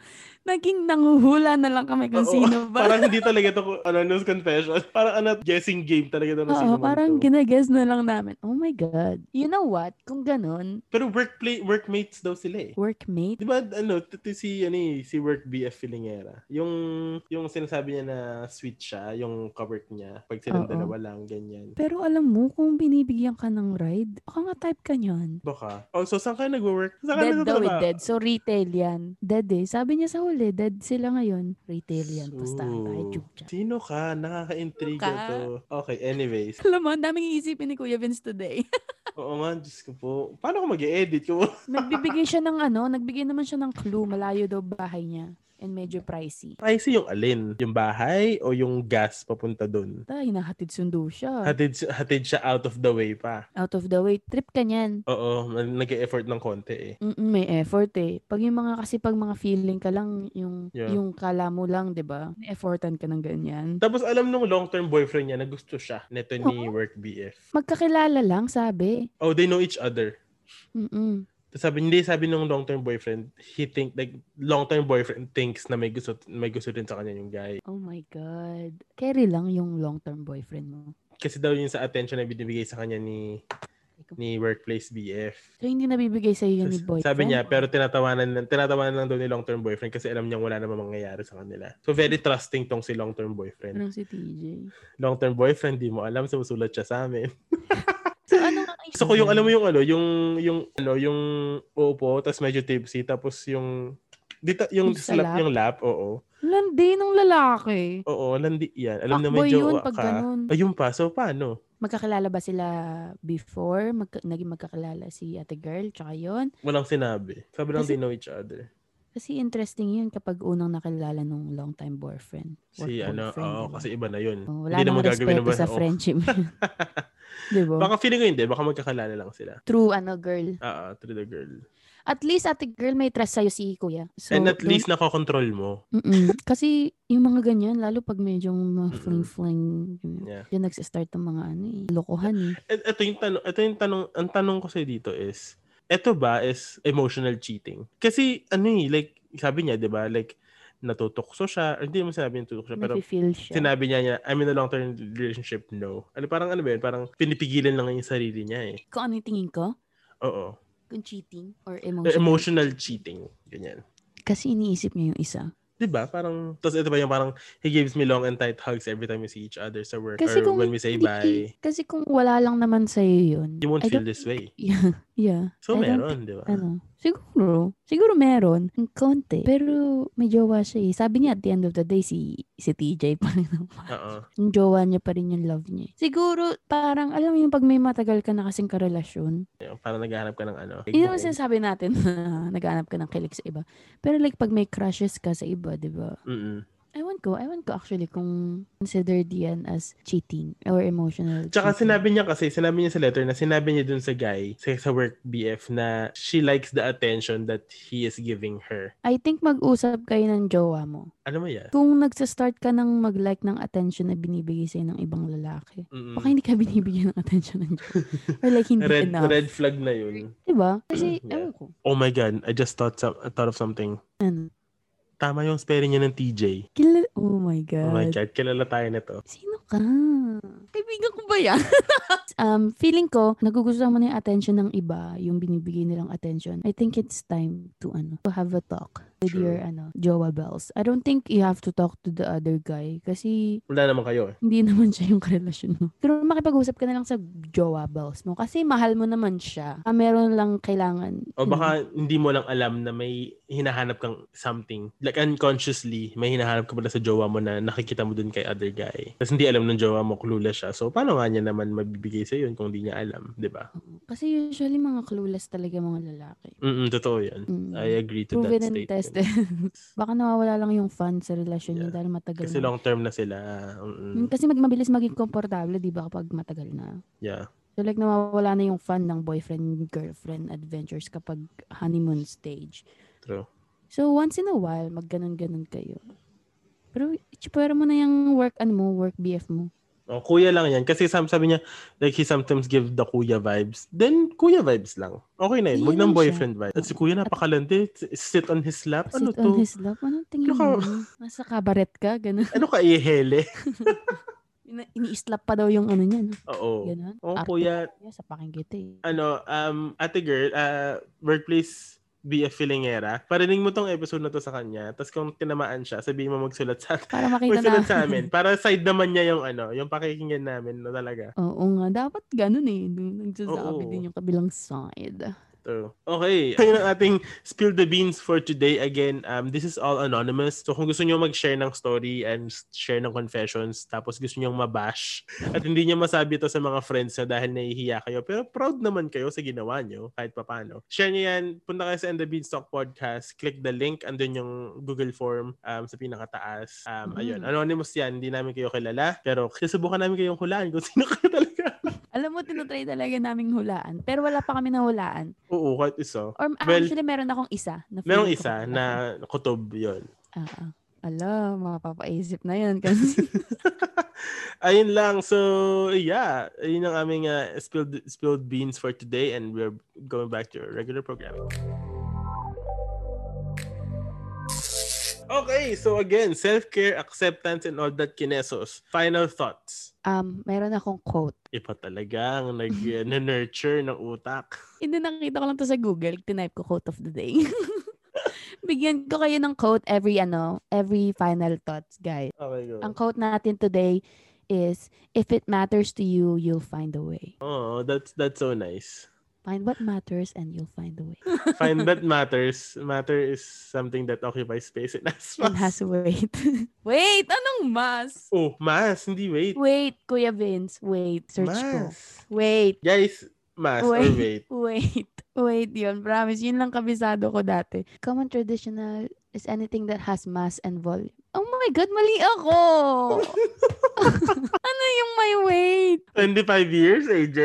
Speaker 2: Naging nanguhula na lang kami kung
Speaker 1: Oo,
Speaker 2: sino ba.
Speaker 1: *laughs* parang hindi talaga ito ano, news confession. *laughs* Parang ano, guessing game talaga ito. na sino
Speaker 2: Oo,
Speaker 1: man
Speaker 2: parang
Speaker 1: to.
Speaker 2: ginaguess na lang namin. Oh my God. You know what? Kung ganun,
Speaker 1: Pero workplace, workmates daw sila eh. Di
Speaker 2: workmate,
Speaker 1: ba, ano, t- t- si, ano eh, si Work BF Filingera. Yung, yung sinasabi niya na sweet siya, yung kawork niya. Pag silang
Speaker 2: Oo.
Speaker 1: dalawa lang, ganyan.
Speaker 2: pero alam mo, kung binibigyan ka ng ride, baka nga type ka niyan.
Speaker 1: Baka. Oh, so saan ka nagwo-work? Saan ka
Speaker 2: Dead daw eh,
Speaker 1: nagtatrabaho?
Speaker 2: dead. So, retail yan. Dead eh. Sabi niya sa huli, dead sila ngayon. Retail yan. Basta
Speaker 1: So,
Speaker 2: ang kahit chucha.
Speaker 1: Sino ka? Nakaka-intriga
Speaker 2: Sino ka?
Speaker 1: to. Okay, anyways. *laughs*
Speaker 2: Alam mo, ang daming iisipin ni Kuya Vince today.
Speaker 1: Oo nga, Diyos ko po. Paano ko mag-edit? Kung
Speaker 2: nagbibigay siya ng ano, nagbigay naman siya ng clue. Malayo daw bahay niya. And medyo pricey.
Speaker 1: pricey yung alin? Yung bahay o yung gas papunta doon?
Speaker 2: Ta, hinahatid sundo siya.
Speaker 1: Hatid, si- hatid siya out of the way pa.
Speaker 2: Out of the way. Trip ka niyan.
Speaker 1: Oo, nag-effort ng konti eh.
Speaker 2: Mm-mm, may effort eh. Pag yung mga kasi pag mga feeling ka lang yung
Speaker 1: Yeah.
Speaker 2: yung kala mo lang, 'di ba? May Effortan ka ng ganyan.
Speaker 1: Tapos alam nung long-term boyfriend niya na gusto siya neto ni Work BF.
Speaker 2: Magkakilala lang, sabi.
Speaker 1: Oh, they know each other.
Speaker 2: Mm-mm.
Speaker 1: Tapos Sabi hindi sabi nung long-term boyfriend, he think like long-term boyfriend thinks na may gusto may gusto din sa kanya yung guy.
Speaker 2: Oh my god. Carry lang yung long-term boyfriend mo.
Speaker 1: Kasi daw yun sa attention na binibigay sa kanya ni ni workplace BF.
Speaker 2: So hindi nabibigay sa yun ni
Speaker 1: Tapos
Speaker 2: boyfriend.
Speaker 1: Sabi niya, pero tinatawanan lang, tinatawanan lang daw ni long-term boyfriend kasi alam niya wala namang mangyayari sa kanila. So very trusting tong si long-term boyfriend.
Speaker 2: Anong si TJ.
Speaker 1: long-term boyfriend, di mo alam, sumusulat siya sa
Speaker 2: *laughs*
Speaker 1: amin.
Speaker 2: So ano nga
Speaker 1: Gusto ko yung, alam mo yung ano, yung, yung, ano, yung uupo, tapos medyo tipsy, tapos yung, dito, yung
Speaker 2: Yung sa
Speaker 1: slap,
Speaker 2: lap?
Speaker 1: yung lap, oo.
Speaker 2: Landi ng lalaki.
Speaker 1: Oo, landi yan. Alam na
Speaker 2: Fuckboy
Speaker 1: medyo
Speaker 2: yun
Speaker 1: uwa
Speaker 2: pag
Speaker 1: ka.
Speaker 2: ganun.
Speaker 1: Ayun pa, so paano?
Speaker 2: Magkakilala ba sila before? Magka- naging magkakilala si ate girl, tsaka yun.
Speaker 1: Walang sinabi. Sabi lang,
Speaker 2: Kasi-
Speaker 1: they know each other.
Speaker 2: Kasi interesting yun kapag unang nakilala nung long-time boyfriend. or
Speaker 1: Si ano,
Speaker 2: boyfriend,
Speaker 1: oo,
Speaker 2: diba?
Speaker 1: kasi iba na yun.
Speaker 2: Oh, wala
Speaker 1: Hindi
Speaker 2: namang
Speaker 1: naman gagawin
Speaker 2: respeto
Speaker 1: naman. *laughs*
Speaker 2: sa friendship. Di ba?
Speaker 1: Baka feeling ko hindi, baka magkakalala lang sila.
Speaker 2: True, ano, girl.
Speaker 1: Oo, through the girl.
Speaker 2: At least, ate girl, may trust sa'yo si kuya. So,
Speaker 1: And at
Speaker 2: don't-
Speaker 1: least nakokontrol mo.
Speaker 2: Mm-mm. Kasi, yung mga ganyan, lalo pag medyo mga fling-fling, yun,
Speaker 1: Yeah.
Speaker 2: yun nagsa-start ng mga ano eh, lokohan eh.
Speaker 1: Et- E, Eto yung tanong, eto yung tanong, ang tanong ko sa dito is, eto ba is emotional cheating? Kasi ano eh, like sabi niya, 'di ba? Like natutokso siya, or hindi mo sinabi natutokso siya, pero
Speaker 2: Nafe-feel siya.
Speaker 1: sinabi niya niya, I'm in a long-term relationship, no. Ano parang ano ba yun? Parang pinipigilan lang niya yung sarili niya eh.
Speaker 2: Kung ano yung tingin ko,
Speaker 1: Oo.
Speaker 2: kung cheating or
Speaker 1: Emotional,
Speaker 2: emotional.
Speaker 1: cheating. Ganyan.
Speaker 2: Kasi iniisip niya yung isa.
Speaker 1: 'Di ba? Parang, tapos ito ba yung parang, he gives me long and tight hugs every time we see each other sa work
Speaker 2: Kasi
Speaker 1: or
Speaker 2: kung
Speaker 1: when we say
Speaker 2: hindi-
Speaker 1: bye.
Speaker 2: Kasi kung wala lang naman sa'yo yun,
Speaker 1: You won't
Speaker 2: I
Speaker 1: feel Ah.
Speaker 2: don't-
Speaker 1: this way.
Speaker 2: Yeah.
Speaker 1: So,
Speaker 2: I don't
Speaker 1: meron, di ba?
Speaker 2: Ano? Siguro. Siguro meron. Ang konti. Pero may jowa siya eh. Sabi niya at the end of the day, si, si TJ *laughs* pa rin ang
Speaker 1: Oo.
Speaker 2: yung jowa niya pa rin yung love niya. eh. Siguro, parang, alam mo yung pag may matagal ka na kasing karelasyon,
Speaker 1: Yung Parang naghahanap ka ng ano.
Speaker 2: yun ang sinasabi natin *laughs* na naghanap ka ng kilig sa iba. Pero like, pag may crushes ka sa iba, di ba?
Speaker 1: Mm-mm.
Speaker 2: Ewan ko, ewan ko actually kung considered yan as cheating or emotional
Speaker 1: Tsaka
Speaker 2: cheating.
Speaker 1: sinabi niya kasi, sinabi niya sa letter na sinabi niya dun sa guy, sa, sa work BF, na she likes the attention that he is giving her.
Speaker 2: I think mag-usap kayo ng jowa mo.
Speaker 1: Ano mo yan?
Speaker 2: Kung nagsa-start ka ng mag-like ng attention na binibigay sa'yo ng ibang lalaki,
Speaker 1: Mm-mm.
Speaker 2: baka hindi ka binibigyan ng attention ng jowa.
Speaker 1: *laughs*
Speaker 2: or like, hindi
Speaker 1: Hmm. Red,
Speaker 2: enough.
Speaker 1: red flag na yun.
Speaker 2: Diba? Kasi,
Speaker 1: Yeah.
Speaker 2: ewan ko.
Speaker 1: Oh my God, I just thought, some, I thought of something.
Speaker 2: Ano?
Speaker 1: Tama yung spelling niya ng TJ.
Speaker 2: Kilala, oh
Speaker 1: Oh
Speaker 2: my God.
Speaker 1: my God, kilala tayo na to.
Speaker 2: Sino ka? Kaibigan ko ba yan? *laughs* um, feeling ko, nagugustuhan mo na yung attention ng iba, yung binibigay nilang attention. I think it's time to, ano, to have a talk with
Speaker 1: True.
Speaker 2: your, ano, jowa bells. I don't think you have to talk to the other guy kasi
Speaker 1: Wala naman kayo eh.
Speaker 2: hindi *laughs* naman siya yung relasyon mo. Pero makipag-usap ka na lang sa jowa bells mo kasi mahal mo naman siya. Ah, meron lang kailangan.
Speaker 1: O
Speaker 2: ano,
Speaker 1: baka hindi mo lang alam na may hinahanap kang something. Like unconsciously, may hinahanap ka pala sa jowa mo na nakikita mo dun kay other guy. Tapos hindi alam ng jowa mo, clueless siya. So paano nga niya naman mabibigay sa yun kung hindi niya alam, di ba?
Speaker 2: Kasi usually mga clueless talaga mga lalaki.
Speaker 1: Mm totoo yun.
Speaker 2: Mm.
Speaker 1: I agree to
Speaker 2: Proven
Speaker 1: that
Speaker 2: and
Speaker 1: statement.
Speaker 2: tested. *laughs* Baka nawawala lang yung fun sa relasyon niya
Speaker 1: Yeah.
Speaker 2: dahil matagal
Speaker 1: Kasi
Speaker 2: na.
Speaker 1: long term na sila.
Speaker 2: Mm,
Speaker 1: Mm-mm.
Speaker 2: Kasi mag, mabilis maging komportable, di ba, kapag matagal na.
Speaker 1: Yeah.
Speaker 2: So like nawawala na yung fun ng boyfriend, girlfriend adventures kapag honeymoon stage.
Speaker 1: True.
Speaker 2: So once in a while, magganon-ganon kayo. Pero itsipwera mo na yung work ano mo, work BF mo.
Speaker 1: O, kuya lang yan. Kasi sam sabi niya, like he sometimes give the kuya vibes. Then, kuya vibes lang. Okay na yun.
Speaker 2: Kuya
Speaker 1: Huwag
Speaker 2: lang
Speaker 1: ng
Speaker 2: siya.
Speaker 1: boyfriend vibes. At si kuya napakalandi. Sit on his lap. Ano
Speaker 2: Sit on
Speaker 1: to?
Speaker 2: his lap. Anong tingin
Speaker 1: Ano
Speaker 2: mo? Nasa kabaret ka, ganun.
Speaker 1: Ano ka ihele? *laughs*
Speaker 2: Ina- Ini-slap pa daw yung ano niya. No?
Speaker 1: Oo.
Speaker 2: Ganun.
Speaker 1: Oo,
Speaker 2: Arte
Speaker 1: Oh. kuya.
Speaker 2: niya sa pakinggan eh.
Speaker 1: Ano, um, ate girl, uh, workplace BF Filingera. Parinig mo tong episode na to sa kanya. Tapos kung tinamaan siya, sabihin mo magsulat sa
Speaker 2: Para
Speaker 1: *laughs*
Speaker 2: makita na.
Speaker 1: magsulat sa amin. Para side naman niya yung ano, yung pakikinggan namin na talaga.
Speaker 2: Oo nga, dapat ganun eh. Nung Nagsasabi
Speaker 1: Oo.
Speaker 2: din yung kabilang side.
Speaker 1: So, okay. Ayun ang ating spill the beans for today. Again, um, this is all anonymous. So kung gusto niyo mag-share ng story and s- share ng confessions, tapos gusto niyo mabash, at hindi niya masabi to sa mga friends na dahil nahihiya kayo, pero proud naman kayo sa ginawa niyo kahit papano. Share niyo yan. Punta kayo sa And the Beanstalk Podcast. Click the link. Andun yung Google form um, sa pinakataas. Um,
Speaker 2: Mhm.
Speaker 1: Ayun. Anonymous yan. Hindi namin kayo kilala. Pero susubukan namin kayong hulaan kung sino kayo talaga.
Speaker 2: Alam mo, tinutry talaga naming hulaan. Pero wala pa kami nahulaan.
Speaker 1: Oo, kahit isa.
Speaker 2: Or ah,
Speaker 1: Well,
Speaker 2: actually, meron akong isa. Na
Speaker 1: Merong
Speaker 2: feeling ko
Speaker 1: isa
Speaker 2: kung-
Speaker 1: na kutob yon
Speaker 2: Ah, ah. Ala, mapapaisip na yan. *laughs* Kasi
Speaker 1: Ayun lang. So, yeah. Ayun ang aming uh, spilled, spilled beans for today and we're going back to our regular programming. Okay, so again, self-care, acceptance, and all that kinesos. Final thoughts.
Speaker 2: um, meron akong quote.
Speaker 1: Iba talagang
Speaker 2: *laughs*
Speaker 1: nag-nurture ano, ng utak.
Speaker 2: Hindi nakita ko lang to sa Google. Tinype ko quote of the day. *laughs* Bigyan ko kayo ng quote every ano, every final thoughts, guys.
Speaker 1: Oh my God.
Speaker 2: Ang quote natin today is, if it matters to you, you'll find a way.
Speaker 1: Oh, that's that's so nice.
Speaker 2: Find what matters and you'll find a way.
Speaker 1: Find that
Speaker 2: *laughs*
Speaker 1: matters. Matter is something that occupies space and has
Speaker 2: And has
Speaker 1: mass.
Speaker 2: weight. *laughs* wait, anong mas?
Speaker 1: *laughs* Oh, mass. Hindi, wait.
Speaker 2: Wait, Kuya Vince, wait. Search ko.
Speaker 1: Mass.
Speaker 2: Wait,
Speaker 1: Guys, mass or wait.
Speaker 2: *laughs* wait, wait. Wait, yun. Promise, yun lang kabisado ko dati. Common traditional is anything that has mass and volume. Oh my God, mali ako! Oh. ano yung my weight?
Speaker 1: 25 years, *laughs* AJ.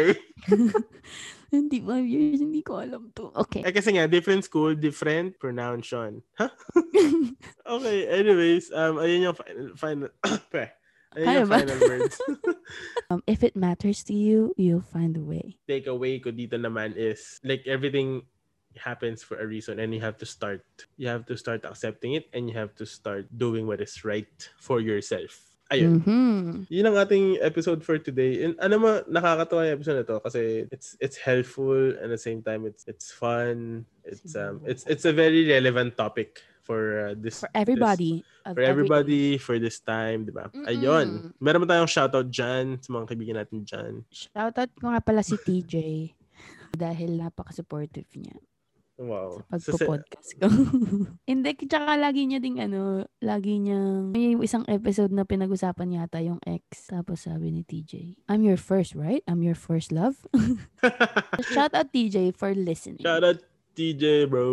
Speaker 2: *laughs* Hindi, five years, hindi ko alam to. Okay.
Speaker 1: Eh, kasi nga, different school, different pronunciation. Huh? Okay, anyways, um, ayun yung final, final, *coughs* pre. ayun
Speaker 2: Kaya
Speaker 1: yung
Speaker 2: ba?
Speaker 1: final
Speaker 2: *laughs*
Speaker 1: words.
Speaker 2: *laughs* um, if it matters to you, you'll find a way.
Speaker 1: Takeaway ko dito naman is, like, everything happens for a reason and you have to start. You have to start accepting it and you have to start doing what is right for yourself. Ayun.
Speaker 2: Mhm.
Speaker 1: Yun ang ating episode for today. And ano ma, nakakatawa yung episode na to kasi it's it's helpful and at the same time it's it's fun. It's um it's it's a very relevant topic for uh, this
Speaker 2: For everybody. of
Speaker 1: for
Speaker 2: every age.
Speaker 1: everybody for this time, di ba? Ayun. Meron ba tayong shoutout dyan sa mga kaibigan natin dyan?
Speaker 2: Shoutout ko nga pala si TJ *laughs* dahil napaka-supportive niya
Speaker 1: Wow. Oh,
Speaker 2: sa
Speaker 1: Sa- sa-
Speaker 2: pagpo-podcast ko. *laughs* Hindi, tsaka lagi niya ding ano, lagi niyang, may isang episode na pinag-usapan yata yung ex. Tapos sabi ni TJ, I'm your first, right? I'm your
Speaker 1: *laughs*
Speaker 2: first love? Shout out TJ for listening.
Speaker 1: Shoutout TJ, bro.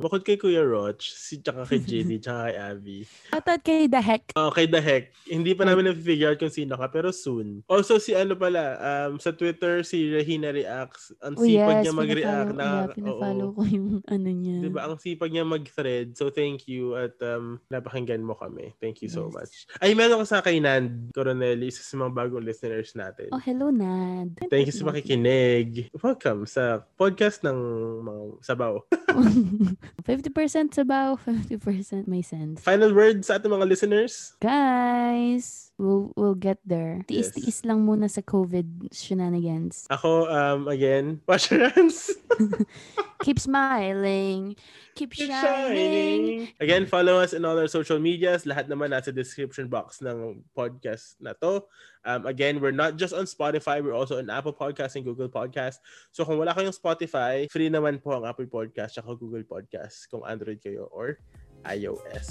Speaker 1: Bukod kay Kuya Roch, si tsaka
Speaker 2: *laughs*
Speaker 1: kay JD, tsaka kay Abby.
Speaker 2: Shout out kay The Heck.
Speaker 1: Okay, the heck. Hindi
Speaker 2: Hmm.
Speaker 1: pa namin na-figure out kung sino ka, pero soon. Also, si ano pala, um, sa Twitter, si Rahina Reacts. Ang
Speaker 2: Oh
Speaker 1: sipag
Speaker 2: yes,
Speaker 1: niya mag-react. Na,
Speaker 2: pinafollow, yeah, pinafollow ko yung *laughs* ano niya.
Speaker 1: Diba? Ang sipag niya mag-thread. So, thank you at um, napakinggan mo kami. Thank you so
Speaker 2: Yes.
Speaker 1: much. Ay, meron ko sa kay Nand Coronel, isa sa mga bagong listeners natin.
Speaker 2: Oh, hello, Nad.
Speaker 1: Thank you sa
Speaker 2: *laughs*
Speaker 1: pakikinig. Welcome sa podcast ng mga sabaw.
Speaker 2: 50% sabaw, 50% may sense.
Speaker 1: Final words sa ating mga listeners?
Speaker 2: Guys, we'll, we'll get there.
Speaker 1: Yes.
Speaker 2: Tiis-tiis lang muna sa COVID shenanigans.
Speaker 1: Ako, um, again, *laughs* wash your hands.
Speaker 2: Keep smiling. Keep
Speaker 1: Keep shining.
Speaker 2: shining.
Speaker 1: Again, follow us in all our social medias. Lahat naman nasa description box ng podcast na to. Um, again, we're not just on Spotify. We're also on Apple Podcasts and Google Podcasts. So kung wala kayong Spotify, free naman po ang Apple Podcasts at Google Podcasts kung Android kayo or iOS.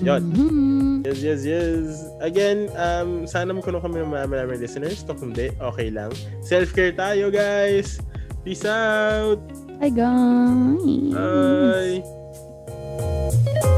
Speaker 1: Yun.
Speaker 2: Mhm.
Speaker 1: Yes, yes, yes. Again, um, sana magkuno kami ng mga maraming listeners. Kung hindi, okay lang. Self-care tayo, guys! Peace out!
Speaker 2: Bye, guys.
Speaker 1: Bye!